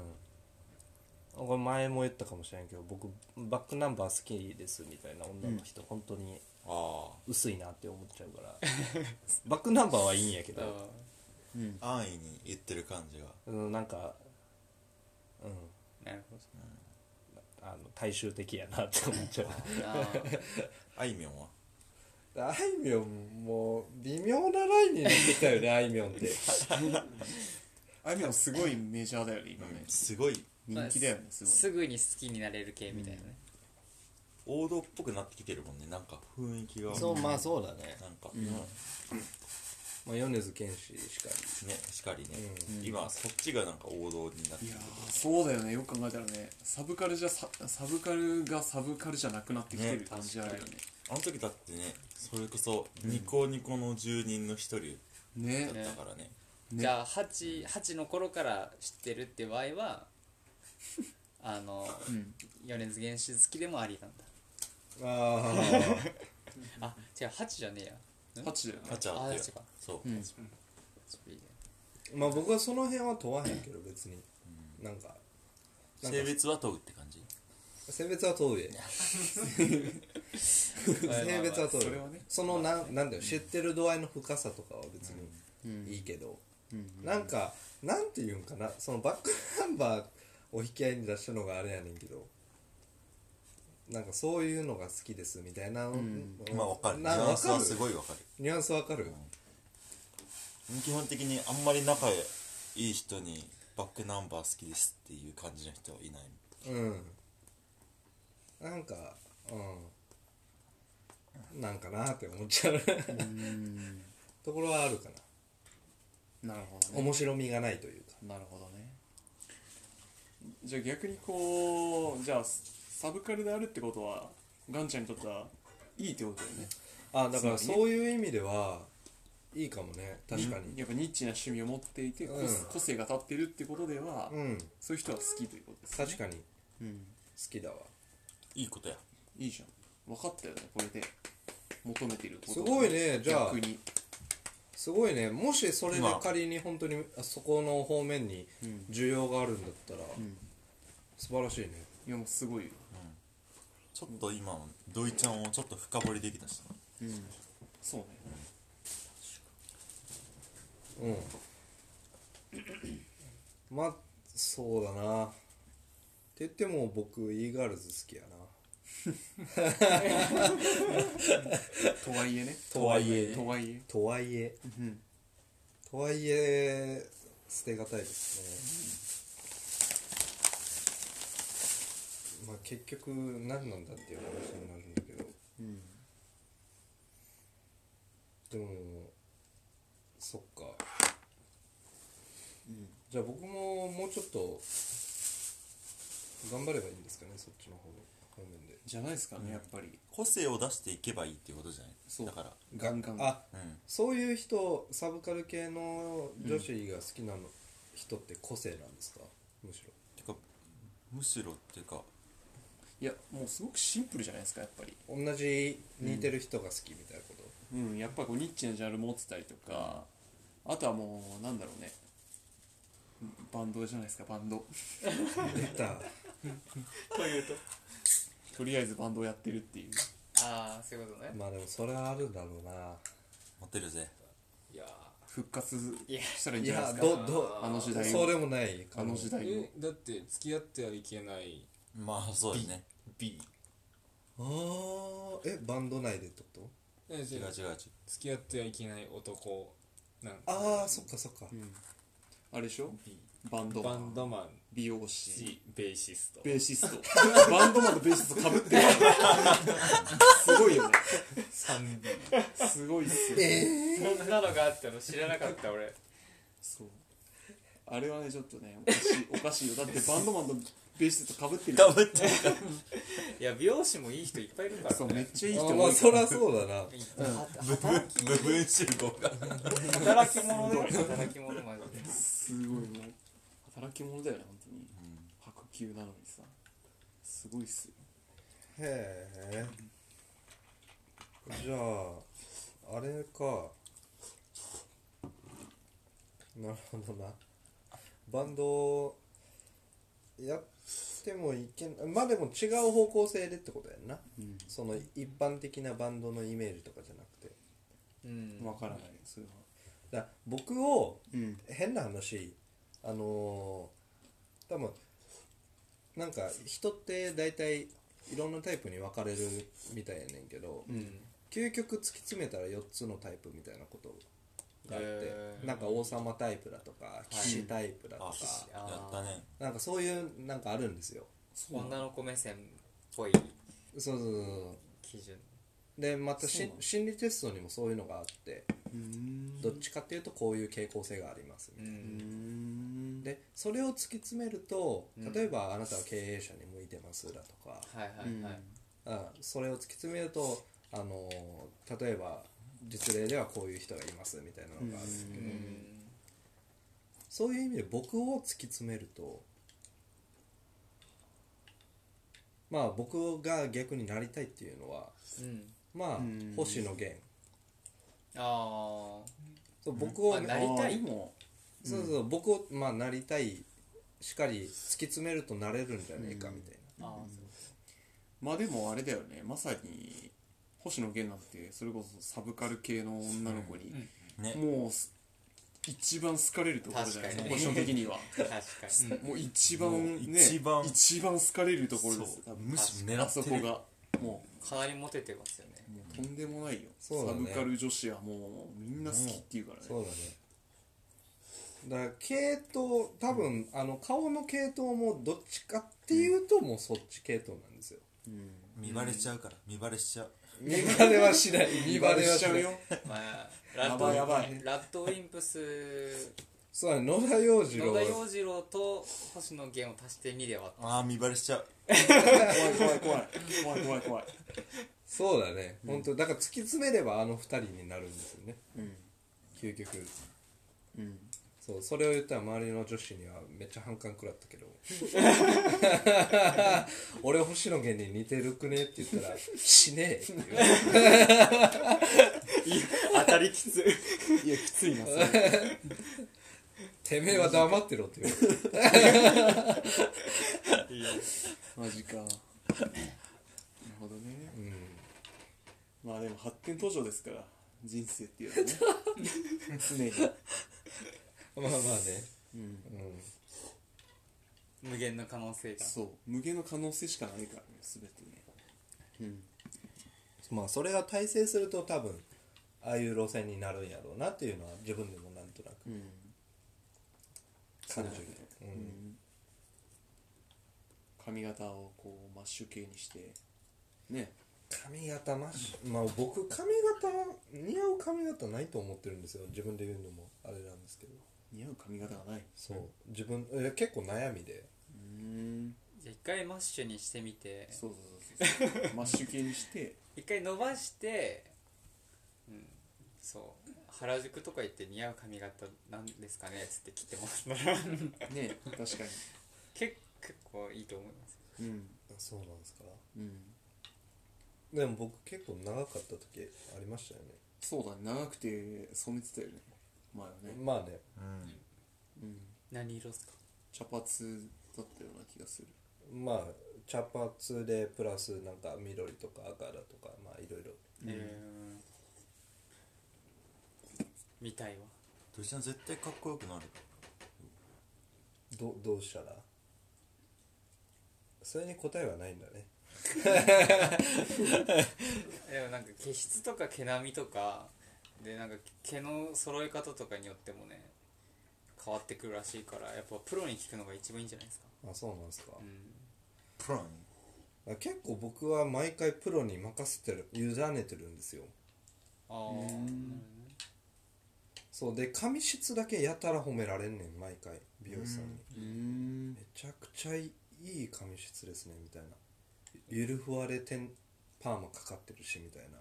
[SPEAKER 2] ん、これ前も言ったかもしれんけど僕バックナンバー好きですみたいな女の人、本当に
[SPEAKER 1] あ
[SPEAKER 2] 薄いなって思っちゃうから バックナンバーはいいんやけ
[SPEAKER 4] うん
[SPEAKER 2] ど、
[SPEAKER 3] うん
[SPEAKER 1] あ安易に言ってる感じが
[SPEAKER 2] うん、なんかうん
[SPEAKER 4] なるほど
[SPEAKER 2] あの大衆的やなって思っちゃう
[SPEAKER 4] あ
[SPEAKER 1] あいみょんは
[SPEAKER 2] あいみょんも微妙なラインになってきたよ ねあいみょんって
[SPEAKER 3] あいみょんすごいメジャーだよね今ね
[SPEAKER 1] すごい
[SPEAKER 3] 人気だよねす
[SPEAKER 4] ー
[SPEAKER 3] ごい
[SPEAKER 4] すぐに好きになれる系みたいなね、
[SPEAKER 1] 王道っぽくなってきてるもんねなんか雰囲気が
[SPEAKER 2] そうまあそうだね、
[SPEAKER 1] なんか、
[SPEAKER 3] ん
[SPEAKER 1] ね
[SPEAKER 2] まあ、米津玄師しか
[SPEAKER 1] しかりね、
[SPEAKER 3] うん
[SPEAKER 1] 今そっちがなんか王道になって
[SPEAKER 3] い
[SPEAKER 1] き
[SPEAKER 3] や
[SPEAKER 1] て
[SPEAKER 3] ーそうだよねよく考えたらねサブカルじゃササブカルがサブカルじゃなくなってきてる
[SPEAKER 1] ね
[SPEAKER 3] 感じあるよね
[SPEAKER 1] あの時だってねそれこそニコニコの住人の一人
[SPEAKER 3] ね
[SPEAKER 1] だったからね
[SPEAKER 3] ね
[SPEAKER 4] じゃあ 8, 8の頃から知ってるって場合は あの
[SPEAKER 3] うん
[SPEAKER 4] 米津玄師好きでもありなんだ
[SPEAKER 2] あ
[SPEAKER 4] あ違う8じゃねえや
[SPEAKER 3] タッチだよね
[SPEAKER 1] あちゃあった
[SPEAKER 4] あ
[SPEAKER 1] よ
[SPEAKER 4] そうか
[SPEAKER 1] そ
[SPEAKER 3] う
[SPEAKER 1] う、
[SPEAKER 3] ん
[SPEAKER 4] スピード
[SPEAKER 2] あまあ僕はその辺は問わへんけど別に、なんかなんか
[SPEAKER 1] 性別は問うって感じ
[SPEAKER 2] 性別は 問うで性別は問う
[SPEAKER 3] そ
[SPEAKER 2] で
[SPEAKER 3] れはね
[SPEAKER 2] そのなんなんだよ知ってる度合いの深さとかは別
[SPEAKER 3] うん
[SPEAKER 2] にいいけど、
[SPEAKER 3] うん
[SPEAKER 2] なんかなんていうんかなそのバックナンバーを引き合いに出したのがあれやねんけどなんかそういうのが好きですみたいな、
[SPEAKER 3] ん
[SPEAKER 1] まあわかるニ
[SPEAKER 2] な
[SPEAKER 1] ュアンスは
[SPEAKER 2] わか
[SPEAKER 1] すごいわかる
[SPEAKER 2] ニュアンスわかる、
[SPEAKER 1] 基本的にあんまり仲いい人にバックナンバー好きですっていう感じの人はいない
[SPEAKER 2] うんなんかうんなんかなって思っちゃうところはあるかな
[SPEAKER 3] なるほどね
[SPEAKER 2] 面白みがないというか
[SPEAKER 3] なるほどねじゃあ逆にこうじゃあサブカルであるってことはガンちゃんにとってはいいってことだよね
[SPEAKER 2] あだから
[SPEAKER 3] つまり
[SPEAKER 2] そ
[SPEAKER 3] ね
[SPEAKER 2] ういう意味ではいいかもね確か
[SPEAKER 3] うん
[SPEAKER 2] に
[SPEAKER 3] やっぱニッチな趣味を持っていて、個
[SPEAKER 2] うん
[SPEAKER 3] 個性が立ってるってことでは、
[SPEAKER 2] うん
[SPEAKER 3] そういう人は好きということですね
[SPEAKER 2] 確かに好
[SPEAKER 3] うん
[SPEAKER 2] きだわ
[SPEAKER 1] いいことや
[SPEAKER 3] いいじゃん分かったよねこれで求めてること
[SPEAKER 2] すごいねじゃあ
[SPEAKER 3] 逆に
[SPEAKER 2] すごいねもしそれで
[SPEAKER 1] まあ
[SPEAKER 2] 仮に本当にあそこの方面に
[SPEAKER 3] うん
[SPEAKER 2] 需要があるんだったら
[SPEAKER 3] うん
[SPEAKER 2] 素晴らしいね
[SPEAKER 3] いやもうすごいよ
[SPEAKER 1] ちょっと今の土井ちゃんをちょっと深掘りできたしな
[SPEAKER 3] うんそうね
[SPEAKER 2] うんまあそうだなって言っても僕 e ガールズ好きやな
[SPEAKER 3] とはいえね
[SPEAKER 2] とはいえ
[SPEAKER 3] とはいえ
[SPEAKER 2] とはいえ
[SPEAKER 3] うん
[SPEAKER 2] とはいえ捨てがたいですね、まあ結局何なんだっていう話になるんだけど
[SPEAKER 3] うん
[SPEAKER 2] でもそっか
[SPEAKER 3] うん
[SPEAKER 2] じゃあ僕ももうちょっと頑張ればいいんですかねそっちの方方面で
[SPEAKER 3] じゃないですかね、やっぱり
[SPEAKER 1] 個性を出していけばいいっていうことじゃない
[SPEAKER 3] そう
[SPEAKER 1] だから
[SPEAKER 3] ガンガン
[SPEAKER 2] あ
[SPEAKER 1] うん
[SPEAKER 2] そういう人サブカル系の女子が好きなの、人って個性なんですかむしろ
[SPEAKER 1] てかむしろっていうか
[SPEAKER 3] いやもうすごくシンプルじゃないですかやっぱり
[SPEAKER 2] 同じ似てる人が好きみたいなこと、
[SPEAKER 3] うんやっぱこうニッチなジャンル持ってたりとかあとはもうなんだろうねバンドじゃないですかバンド
[SPEAKER 2] 出た
[SPEAKER 4] というと
[SPEAKER 3] とりあえずバンドをやってるっていう
[SPEAKER 4] ああそういうことね
[SPEAKER 2] まあでもそれはあるだろうな
[SPEAKER 1] モテるぜ
[SPEAKER 5] いや
[SPEAKER 3] 復活
[SPEAKER 4] いや
[SPEAKER 3] したらいいん
[SPEAKER 2] い
[SPEAKER 3] じゃない
[SPEAKER 2] や
[SPEAKER 3] ですか
[SPEAKER 2] どど
[SPEAKER 3] あの時代
[SPEAKER 2] そ
[SPEAKER 3] を
[SPEAKER 2] れもない
[SPEAKER 3] あの時代を
[SPEAKER 5] ーえだって付き合ってはいけない
[SPEAKER 1] まあそうですね
[SPEAKER 5] B
[SPEAKER 2] あーえバンド内でってこと
[SPEAKER 5] 違う違
[SPEAKER 1] 違う違
[SPEAKER 5] う
[SPEAKER 1] う違う
[SPEAKER 5] 付き合ってはいけない男なん
[SPEAKER 2] ああそっかそっか、
[SPEAKER 3] うんあれでしょ
[SPEAKER 5] B
[SPEAKER 3] バンドマ
[SPEAKER 5] バ
[SPEAKER 3] ン
[SPEAKER 5] ンドマン
[SPEAKER 3] 美容師
[SPEAKER 4] C ベーシスト
[SPEAKER 3] ベーシスト バンドマンとベーシストかぶってるすごいよね
[SPEAKER 5] 3B
[SPEAKER 3] すごいっすよ
[SPEAKER 4] そんなのがあったの知らなかった俺
[SPEAKER 3] そうあれはねちょっとねおかしいおかしいよだってバンドマンとベーシストかぶってる
[SPEAKER 1] ダブっ て
[SPEAKER 4] いや美容師もいい人いっぱいいるから
[SPEAKER 3] そうめ
[SPEAKER 4] ね
[SPEAKER 3] っちゃいい
[SPEAKER 2] あ
[SPEAKER 3] 人
[SPEAKER 2] ー
[SPEAKER 3] 多い
[SPEAKER 2] まあ
[SPEAKER 3] か
[SPEAKER 2] そ
[SPEAKER 3] ら
[SPEAKER 2] りゃそうだな
[SPEAKER 1] 部分部分集合が
[SPEAKER 4] 働き者だよ働き者マジです
[SPEAKER 3] ごいもう働き者だよね本当に白球なのにさすごいっすよ
[SPEAKER 2] へえじゃああれかなるほどなバンドやってもいけんまあでも違う方向性でってことやんな
[SPEAKER 3] うん
[SPEAKER 2] その一般的なバンドのイメージとかじゃなくて
[SPEAKER 4] うん
[SPEAKER 3] 分からないそれは
[SPEAKER 2] だ僕を
[SPEAKER 3] うん
[SPEAKER 2] 変な話あのー多分なんか人って大体いろんなタイプに分かれるみたいやねんけど、
[SPEAKER 3] うん
[SPEAKER 2] 究極突き詰めたら4つのタイプみたいなことがあって、
[SPEAKER 4] へー
[SPEAKER 2] なんか王様タイプだとか騎士タイプだとか、
[SPEAKER 1] あ
[SPEAKER 4] あー
[SPEAKER 1] やったね
[SPEAKER 2] なんかそういうなんかあるんですよ
[SPEAKER 4] 女の子目線っぽい
[SPEAKER 2] そうそうそうそ
[SPEAKER 4] 基準
[SPEAKER 2] うでまた
[SPEAKER 3] そう
[SPEAKER 2] し
[SPEAKER 3] なの
[SPEAKER 2] 心理テストにもそういうのがあって
[SPEAKER 3] うん
[SPEAKER 2] どっちかっていうとこういう傾向性があります
[SPEAKER 4] う
[SPEAKER 2] みたいな、
[SPEAKER 4] ん
[SPEAKER 3] ん
[SPEAKER 2] でそれを突き詰めると
[SPEAKER 4] うん
[SPEAKER 2] 例えばあなたは経営者に向いてますだとか、
[SPEAKER 4] はいはいはい
[SPEAKER 2] うん、それを突き詰めるとあのー例えば実例ではこういう人がいますみたいなのがあるんだけ
[SPEAKER 4] う
[SPEAKER 2] ど、
[SPEAKER 4] ん
[SPEAKER 2] そういう意味で僕を突き詰めるとまあ僕が逆になりたいっていうのは
[SPEAKER 4] うん
[SPEAKER 2] まあ
[SPEAKER 3] うん
[SPEAKER 2] 星野源
[SPEAKER 4] あ
[SPEAKER 2] そう僕を
[SPEAKER 4] あ
[SPEAKER 2] ね
[SPEAKER 4] なりたい
[SPEAKER 3] あーも
[SPEAKER 2] そうそう僕をまあなりたいしかり突き詰めるとなれるんじゃねえかみたい
[SPEAKER 4] ーあ
[SPEAKER 3] まあでもあれだよねまさに星野源なんてそれこそサブカル系の女の子に
[SPEAKER 1] ね
[SPEAKER 3] もうす一番好かれるってことじゃないですか
[SPEAKER 4] 確かに
[SPEAKER 3] 星野的には
[SPEAKER 4] ー確かに
[SPEAKER 3] もう一番
[SPEAKER 1] もう
[SPEAKER 3] ね
[SPEAKER 1] 一番
[SPEAKER 3] 一番好かれるところ
[SPEAKER 1] そ
[SPEAKER 3] で
[SPEAKER 1] う
[SPEAKER 3] すよ多分
[SPEAKER 1] むしろ
[SPEAKER 3] あそ
[SPEAKER 1] 狙っ
[SPEAKER 3] こ
[SPEAKER 1] てる
[SPEAKER 3] がも
[SPEAKER 4] かなりモテてますよね
[SPEAKER 3] うもうとんでもないよ、
[SPEAKER 2] そうだ
[SPEAKER 3] サ
[SPEAKER 2] ね
[SPEAKER 3] ブカル女子はもうみんな好きっていうから
[SPEAKER 2] な
[SPEAKER 3] ね
[SPEAKER 2] そうだねだから系統多分、あの顔の系統もどっちかっていうともうそっち系統なんですよ
[SPEAKER 3] うん
[SPEAKER 1] 見バレちゃうから見バレしちゃう
[SPEAKER 2] 見バレはしない見
[SPEAKER 3] 見
[SPEAKER 2] バ
[SPEAKER 3] バ
[SPEAKER 2] レ
[SPEAKER 3] レ
[SPEAKER 2] は
[SPEAKER 3] し
[SPEAKER 2] し
[SPEAKER 3] ち
[SPEAKER 2] な
[SPEAKER 3] ゃう
[SPEAKER 2] い
[SPEAKER 3] よ
[SPEAKER 4] まあ
[SPEAKER 3] やばいやばい
[SPEAKER 4] ラッドウィンプス
[SPEAKER 2] そうだね野田洋次
[SPEAKER 4] 野
[SPEAKER 2] 郎
[SPEAKER 4] 田洋次郎と星野源を足して2で割っ
[SPEAKER 1] ああ見バレしちゃう
[SPEAKER 3] 怖い怖い怖い怖い怖い怖い
[SPEAKER 2] そうだね本当だから突き詰めればあの二人になるんですよね
[SPEAKER 3] うん
[SPEAKER 2] 究極
[SPEAKER 3] うん
[SPEAKER 2] そうそれを言ったら周りの女子にはめっちゃ反感食らった けど俺星野源に似てるくねって言ったら「しねえ」って言われて
[SPEAKER 4] 当たりきつ
[SPEAKER 3] いやきついなそれ
[SPEAKER 2] てめえは黙ってろって言われて
[SPEAKER 3] マジ かなるほどね
[SPEAKER 2] うん
[SPEAKER 3] まあでも発展途上ですから人生っていうのはね 常に
[SPEAKER 2] まあまあね
[SPEAKER 3] うん
[SPEAKER 2] うん
[SPEAKER 4] 無限の可能性が
[SPEAKER 3] そう無限の可能性しかないからね全てねうん
[SPEAKER 2] まあそれが大成すると多分ああいう路線になるんやろうなっていうのは自分でもなんとなく
[SPEAKER 3] うん
[SPEAKER 2] 感じるう
[SPEAKER 3] うんん髪型をこうマッシュ系にしてね
[SPEAKER 2] 髪型マシまあ僕髪型似合う髪型ないと思ってるんですよ自分で言うのもあれなんですけど
[SPEAKER 3] 似合う髪型がない
[SPEAKER 2] そう自分え結構悩みで
[SPEAKER 3] うーん
[SPEAKER 4] じゃあ一回マッシュにしてみて
[SPEAKER 3] そうそうそうそうマッシュ系にして
[SPEAKER 4] 一回伸ばしてうんそう原宿とか行って似合う髪型なんですかねっつって切ってもら ったら
[SPEAKER 3] ね確か
[SPEAKER 4] 結結構いいと思います
[SPEAKER 3] にうん
[SPEAKER 2] あそうなんですか
[SPEAKER 3] うん
[SPEAKER 2] でも僕結構長かった時ありましたよね
[SPEAKER 3] そうだね長くて染めてたよね前はね
[SPEAKER 2] まあね
[SPEAKER 1] う
[SPEAKER 3] う
[SPEAKER 1] ん
[SPEAKER 3] ん
[SPEAKER 4] 何色ですか
[SPEAKER 3] 茶髪だったような気がする
[SPEAKER 2] まあ茶髪でプラスなんか緑とか赤だとかまあいろいろ
[SPEAKER 4] えーみたいわ
[SPEAKER 1] 土井ちゃん絶対かっこよくなる
[SPEAKER 2] どどうしたらそれに答えはないんだね
[SPEAKER 4] でもなんか毛質とか毛並みとかでなんか毛の揃え方とかによってもね変わってくるらしいからやっぱプロに聞くのが一番いいんじゃないですか
[SPEAKER 2] あそうなんですか
[SPEAKER 4] う、ん
[SPEAKER 1] プラン
[SPEAKER 2] あ結構僕は毎回プロに任せてる委ねてるんですよ
[SPEAKER 4] ああなるほどね
[SPEAKER 2] そうで髪質だけやたら褒められんねん毎回美容師さんに
[SPEAKER 3] うん
[SPEAKER 2] めちゃくちゃいい髪質ですねみたいなゆるふわれてんパーマかかってるしみたいな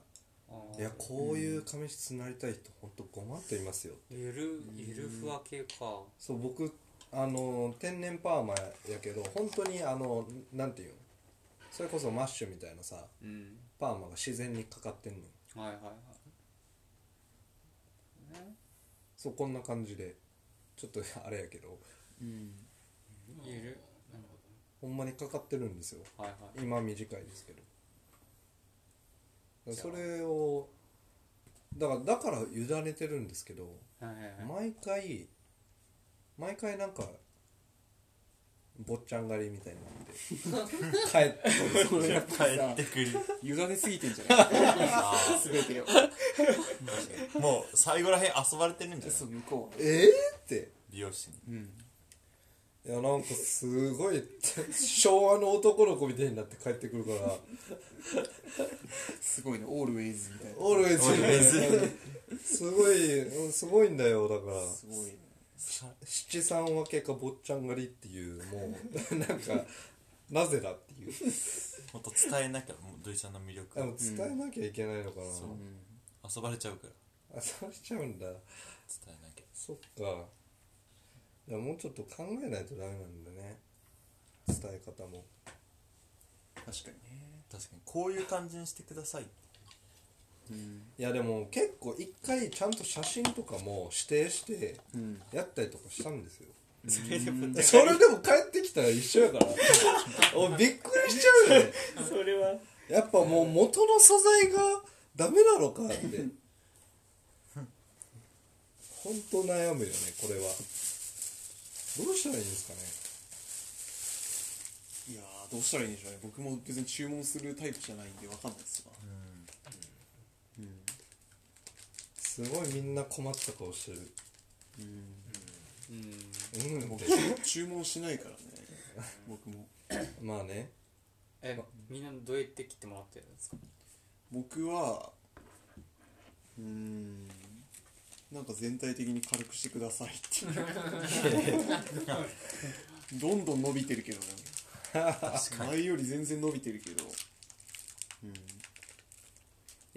[SPEAKER 4] あー
[SPEAKER 2] いやこういう髪質になりたい人ほんとごまっといますよ
[SPEAKER 4] ゆるゆるふわ系か
[SPEAKER 2] そう僕あの天然パーマやけど本当にあのなんていうのそれこそマッシュみたいなさ
[SPEAKER 4] うん
[SPEAKER 2] パーマが自然にかかってんの
[SPEAKER 4] はいはいはい
[SPEAKER 2] そうこんな感じでちょっとあれやけど
[SPEAKER 3] うん
[SPEAKER 4] ゆる
[SPEAKER 2] ほんまにかかってるんですよ
[SPEAKER 4] はいはい
[SPEAKER 2] 今短いですけどそれをだからだから委ねてるんですけど
[SPEAKER 4] はいはいはい
[SPEAKER 2] 毎回毎回なんか坊っちゃん狩りみたいになって帰って
[SPEAKER 1] 帰って くる
[SPEAKER 3] 委ねすぎてんじゃない 全てを
[SPEAKER 1] もう最後らへん遊ばれてるんじゃない
[SPEAKER 3] そう向こうは
[SPEAKER 2] えーって
[SPEAKER 1] 美容師に
[SPEAKER 3] うん
[SPEAKER 2] いやなんかすごい昭和の男の子みたいになって帰ってくるから
[SPEAKER 3] すごいねオールウェイズみたいな
[SPEAKER 2] オールウェイズ
[SPEAKER 1] Always
[SPEAKER 2] すごいうんすごいんだよだから
[SPEAKER 3] すごいね
[SPEAKER 2] 七三分けか坊っちゃん狩りっていうもうなんかなぜだっていう
[SPEAKER 1] もっと伝えなきゃもう土井ちゃんの魅力
[SPEAKER 2] あの
[SPEAKER 1] を
[SPEAKER 2] 伝えなきゃいけないのかな、
[SPEAKER 3] うん
[SPEAKER 1] 遊ばれちゃうから
[SPEAKER 2] あそうしちゃうんだ
[SPEAKER 1] 伝えなきゃ
[SPEAKER 2] そっかいやもうちょっと考えないとダメなんだね伝え方も
[SPEAKER 3] 確かにね
[SPEAKER 1] 確かにこういう感じにしてください
[SPEAKER 3] うん
[SPEAKER 2] いやでも結構一回ちゃんと写真とかも指定して
[SPEAKER 3] うん
[SPEAKER 2] やったりとかしたんですよ
[SPEAKER 4] それでも
[SPEAKER 2] それでも帰ってきたら一緒 やからおびっくりしちゃうよね
[SPEAKER 4] それは
[SPEAKER 2] やっぱもう元の素材がダメなのかって本当悩むよねこれはどうしたらいいんですかね
[SPEAKER 3] いやーどうしたらいいんでしょうね僕も別に注文するタイプじゃないんでわかんないですわ
[SPEAKER 1] うん
[SPEAKER 3] うん
[SPEAKER 2] すごいみんな困った顔してる
[SPEAKER 3] うん
[SPEAKER 4] うん
[SPEAKER 2] うん
[SPEAKER 3] 僕
[SPEAKER 2] って
[SPEAKER 3] 注文しないからね僕も
[SPEAKER 2] まあね
[SPEAKER 4] えみんなどうやって切ってもらってるんですか
[SPEAKER 3] 僕はうーんなんか全体的に軽くしてくださいっていう どんどん伸びてるけどね
[SPEAKER 1] 確かに
[SPEAKER 3] 前より全然伸びてるけどうん
[SPEAKER 2] い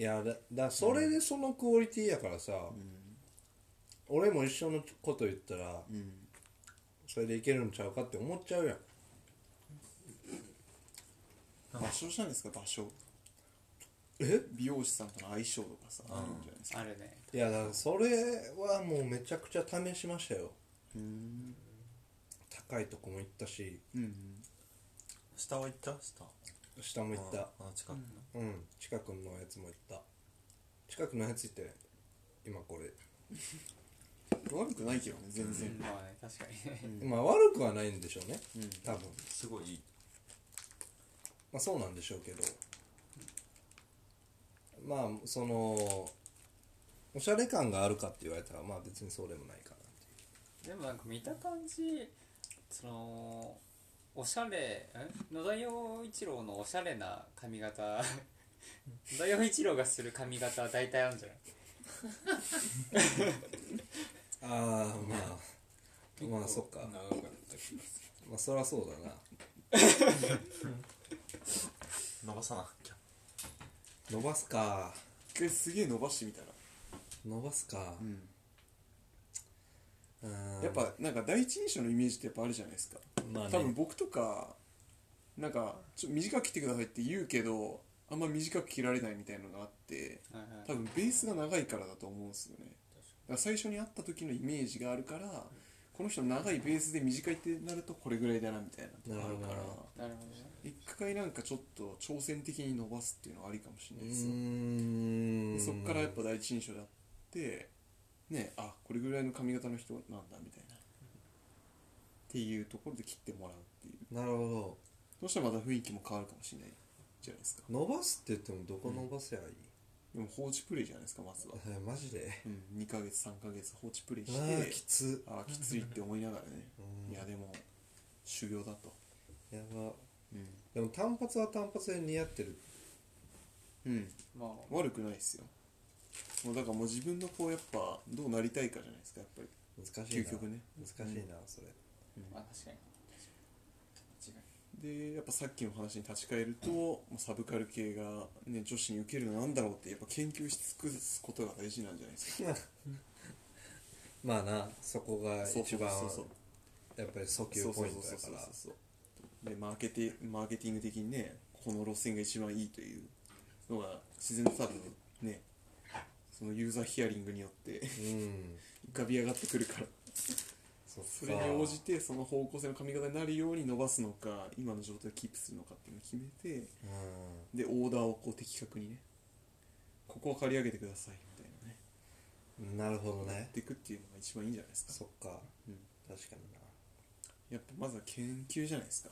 [SPEAKER 2] やだだそれでそのクオリティやからさ、俺も一緒のこと言ったら、それでいけるんちゃうかって思っちゃうやん
[SPEAKER 3] 場所じゃないですか場所
[SPEAKER 2] え
[SPEAKER 3] 美容師さんとの相性とかさあるんじゃないですか
[SPEAKER 4] あるね
[SPEAKER 2] いやだからそれはもうめちゃくちゃ試しましたよ高いとこも行ったし
[SPEAKER 3] うん
[SPEAKER 1] 下は行った下
[SPEAKER 2] 下も行った
[SPEAKER 1] あの近くの
[SPEAKER 2] うん近くのやつも行った近くのやつ行って今これ、
[SPEAKER 3] 悪くないけどね全然
[SPEAKER 4] まあね確かにね
[SPEAKER 2] まあ悪くはないんでしょうね、
[SPEAKER 3] うん
[SPEAKER 2] 多分
[SPEAKER 1] すごいいい
[SPEAKER 2] まあそうなんでしょうけどまあそのおしゃれ感があるかって言われたらまあ別にそうでもないかなっていう
[SPEAKER 4] でもなんか見た感じそのおしゃれん野田洋一郎のおしゃれな髪型野田洋一郎がする髪型は大体あるんじゃない
[SPEAKER 2] ああまあ
[SPEAKER 5] 結構
[SPEAKER 2] まあそっか
[SPEAKER 5] 長かった気がす
[SPEAKER 2] まあそりゃそうだな
[SPEAKER 1] 伸ばさなきゃ
[SPEAKER 2] 伸ばすか
[SPEAKER 3] 一回すげえ伸ばしてみたら
[SPEAKER 2] 伸ばすか
[SPEAKER 3] うん
[SPEAKER 2] うーん
[SPEAKER 3] やっぱなんか第一印象のイメージってやっぱあるじゃないですか
[SPEAKER 2] まあね
[SPEAKER 3] 多分僕とかなんかちょっと短く切ってくださいって言うけどあんま短く切られないみたいなのがあって
[SPEAKER 4] はいはい
[SPEAKER 3] 多分ベースが長いからだと思うんですよねだから最初に会った時のイメージがあるからこの人長いベースで短いってなるとこれぐらいだなみたいなのがあるか
[SPEAKER 2] な
[SPEAKER 3] ら
[SPEAKER 2] るほどなるほ
[SPEAKER 4] なるほどね
[SPEAKER 3] 一回なんかちょっと挑戦的に伸ばすっていうのはありかもしれ
[SPEAKER 2] う
[SPEAKER 3] ないですよ
[SPEAKER 2] ー
[SPEAKER 3] で
[SPEAKER 2] ん
[SPEAKER 3] そっからやっぱ第一印象であってねあこれぐらいの髪型の人なんだみたいなっていうところで切ってもらうっていう
[SPEAKER 2] なるほ
[SPEAKER 3] そしたらまた雰囲気も変わるかもしれないじゃないですか
[SPEAKER 2] ど伸ばすって言ってもどこ伸ばせばいい、
[SPEAKER 3] でも放置プレイじゃないですかまずは、
[SPEAKER 2] えーマジで
[SPEAKER 3] うん、2ヶ月3ヶ月放置プレイ
[SPEAKER 2] あ
[SPEAKER 3] し
[SPEAKER 2] ーき
[SPEAKER 3] て
[SPEAKER 2] つ
[SPEAKER 3] ああきついって思いながらね
[SPEAKER 2] うん
[SPEAKER 3] いやでも修行だと
[SPEAKER 2] やば
[SPEAKER 3] うん、
[SPEAKER 2] でも単発は単発で似合ってる
[SPEAKER 3] うん、
[SPEAKER 4] まあ
[SPEAKER 3] 悪くないですよもうだからもう自分のこうやっぱどうなりたいかじゃないですかやっぱり
[SPEAKER 2] 難しい
[SPEAKER 3] 究
[SPEAKER 2] な
[SPEAKER 3] 極ね
[SPEAKER 2] 難しいなそれ
[SPEAKER 4] まあ確かに間違いない
[SPEAKER 3] でやっぱさっきの話に立ち返ると、まあサブカル系が、ね、女子に受けるのなんだろうってやっぱ研究し尽くすことが大事なんじゃないですか
[SPEAKER 2] まあなそこが
[SPEAKER 3] そう
[SPEAKER 2] 一
[SPEAKER 3] そう
[SPEAKER 2] 番
[SPEAKER 3] そうそう
[SPEAKER 2] やっぱり訴
[SPEAKER 3] そ
[SPEAKER 2] 求
[SPEAKER 3] うそ
[SPEAKER 2] ポ
[SPEAKER 3] う
[SPEAKER 2] イン
[SPEAKER 3] そう
[SPEAKER 2] ト
[SPEAKER 3] そ
[SPEAKER 2] だ
[SPEAKER 3] う
[SPEAKER 2] か
[SPEAKER 3] そう
[SPEAKER 2] ら
[SPEAKER 3] そうでマーケティマーケティング的にねこの路線が一番いいというのが自然と多分ねそのユーザーヒアリングによって
[SPEAKER 2] うん
[SPEAKER 3] 浮かび上がってくるから
[SPEAKER 2] そっか
[SPEAKER 3] それに応じてその方向性の髪型になるように伸ばすのか今の状態をキープするのかっていうのを決めて
[SPEAKER 2] うん
[SPEAKER 3] でオーダーをこう的確にねここは刈り上げてくださいみたいなね
[SPEAKER 2] なるほど
[SPEAKER 3] やっ
[SPEAKER 2] ね
[SPEAKER 3] ていくっていうのが一番いいんじゃないですか
[SPEAKER 2] そっか
[SPEAKER 3] うん
[SPEAKER 2] 確かにな
[SPEAKER 3] やっぱまずは研究じゃないですか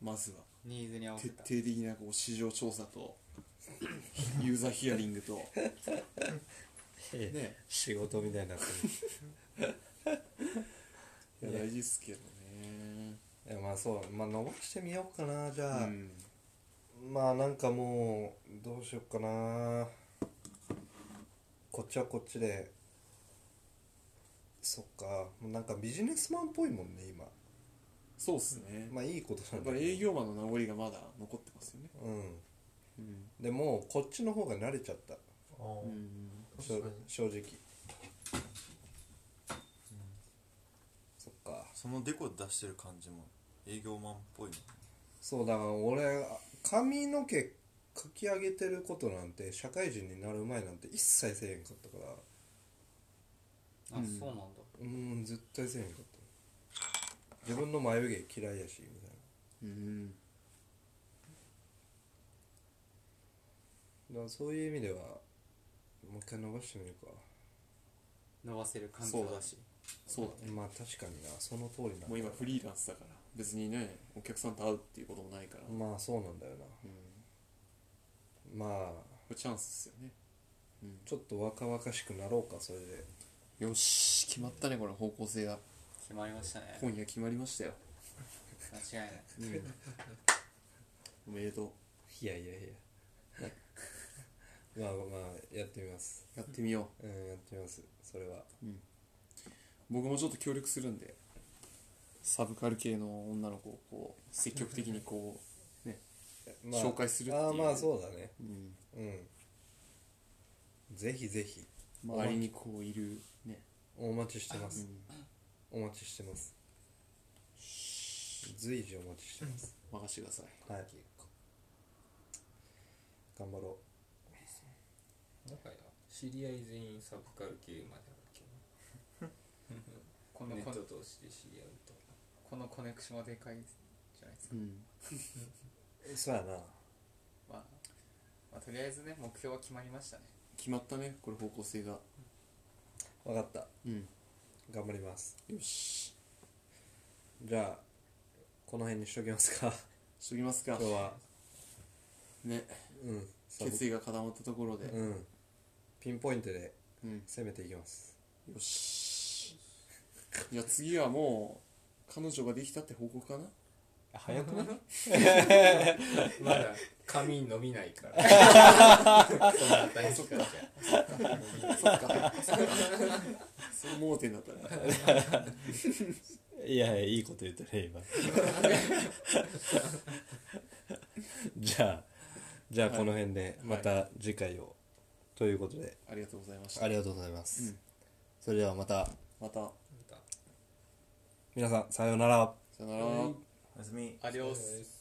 [SPEAKER 3] まずは
[SPEAKER 4] ニーズに合わ
[SPEAKER 3] 徹
[SPEAKER 4] せ
[SPEAKER 3] 底
[SPEAKER 4] た
[SPEAKER 3] 的なこう市場調査と ユーザーヒアリングとね
[SPEAKER 2] 仕事みたいになって
[SPEAKER 3] いや
[SPEAKER 2] ね
[SPEAKER 3] 大事ですけどね
[SPEAKER 2] るいやまあそうまあ伸ばしてみようかなじ
[SPEAKER 3] う
[SPEAKER 2] ゃあ、
[SPEAKER 3] ん
[SPEAKER 2] まあなんかもうどうしよっかなこっちはこっちでそっかもうなんかビジネスマンっぽいもんね今
[SPEAKER 3] そうっすね
[SPEAKER 2] まあいいこと
[SPEAKER 3] や
[SPEAKER 2] な
[SPEAKER 3] っ
[SPEAKER 2] ん
[SPEAKER 3] ぱ
[SPEAKER 2] だ
[SPEAKER 3] 営業マンの名残がまだ残ってますよね
[SPEAKER 2] うん
[SPEAKER 3] うん
[SPEAKER 2] でもこっちの方が慣れちゃった
[SPEAKER 3] うん
[SPEAKER 2] しょ正直、そっか
[SPEAKER 1] そのデコ出してる感じも営業マンっぽいの
[SPEAKER 2] そうだから俺髪の毛かき上げてることなんて社会人になる前なんて一切せえへんかったから
[SPEAKER 4] あそうなんだ
[SPEAKER 2] うん絶対せえへんかった自分の眉毛嫌いやしみたい
[SPEAKER 3] うん
[SPEAKER 2] なだからそういう意味ではもう一回伸ばしてみるか
[SPEAKER 4] 伸ばせる環境だし
[SPEAKER 3] そうだね
[SPEAKER 2] まあ確かになその通りなん
[SPEAKER 3] も
[SPEAKER 2] だ
[SPEAKER 3] う今フリーランスだから別にねお客さんと会うっていうこともないから、うん、こ
[SPEAKER 2] まあそうなんだよなまあ
[SPEAKER 3] れチャンスですよね、うん
[SPEAKER 2] ちょっと若々しくなろうかそれで
[SPEAKER 3] よし決まったねこれ方向性が
[SPEAKER 4] 決まりましたね間
[SPEAKER 3] 今夜決まりましたよ、
[SPEAKER 4] 違いな い
[SPEAKER 3] うん、おめでと
[SPEAKER 2] いやいやいやまあまあやってみます
[SPEAKER 3] うやってみよ
[SPEAKER 2] うんやってみますそれは
[SPEAKER 3] う、うん、僕もちょっと協力するんでサブカル系の女の子をこう積極的にこ
[SPEAKER 2] まあ
[SPEAKER 3] 紹介するっていう
[SPEAKER 2] ああまあそうだね
[SPEAKER 3] う、うん、
[SPEAKER 2] うんぜひぜひ
[SPEAKER 3] 周りにこういるね
[SPEAKER 2] お待ちしてますお待ちしてます随時お待ちしてます
[SPEAKER 3] 任せてください
[SPEAKER 2] はい頑張ろ
[SPEAKER 5] 仲や知り合い全員サブカル系まであるけ
[SPEAKER 4] こ
[SPEAKER 5] ど
[SPEAKER 4] の
[SPEAKER 5] ネッ
[SPEAKER 4] こ
[SPEAKER 5] ト
[SPEAKER 4] の
[SPEAKER 5] 同士で知り合うと
[SPEAKER 4] このコネクションはでかいじゃないですか、
[SPEAKER 3] うん
[SPEAKER 2] うそうやな
[SPEAKER 4] まあ、まあとりあえずね目標は決まりましたね
[SPEAKER 3] 決まったねこれ方向性が
[SPEAKER 2] 分かった
[SPEAKER 3] うん
[SPEAKER 2] 頑張ります
[SPEAKER 3] よし
[SPEAKER 2] じゃあこの辺にしときます か
[SPEAKER 3] しときますか
[SPEAKER 2] 今日は
[SPEAKER 3] ね
[SPEAKER 2] うんサボ
[SPEAKER 3] 決意が固まったところで
[SPEAKER 2] うんピンポイントで
[SPEAKER 3] うん
[SPEAKER 2] 攻めていきます
[SPEAKER 3] よしいや次はもう彼女ができたって報告かな
[SPEAKER 2] 早くない
[SPEAKER 5] まだ髪飲みないからそんな大事かじゃ
[SPEAKER 3] そっか その盲点だったね
[SPEAKER 2] いやいやいいこと言ってね今 じゃあじゃあこの辺でまた次回を、ということで
[SPEAKER 3] ありがとうございました
[SPEAKER 2] ありがとうございます、
[SPEAKER 3] うん
[SPEAKER 2] それではまた
[SPEAKER 3] また
[SPEAKER 5] また
[SPEAKER 2] 皆さんさようなら
[SPEAKER 3] さよなら
[SPEAKER 1] おやすみ
[SPEAKER 4] アディオス
[SPEAKER 5] そうです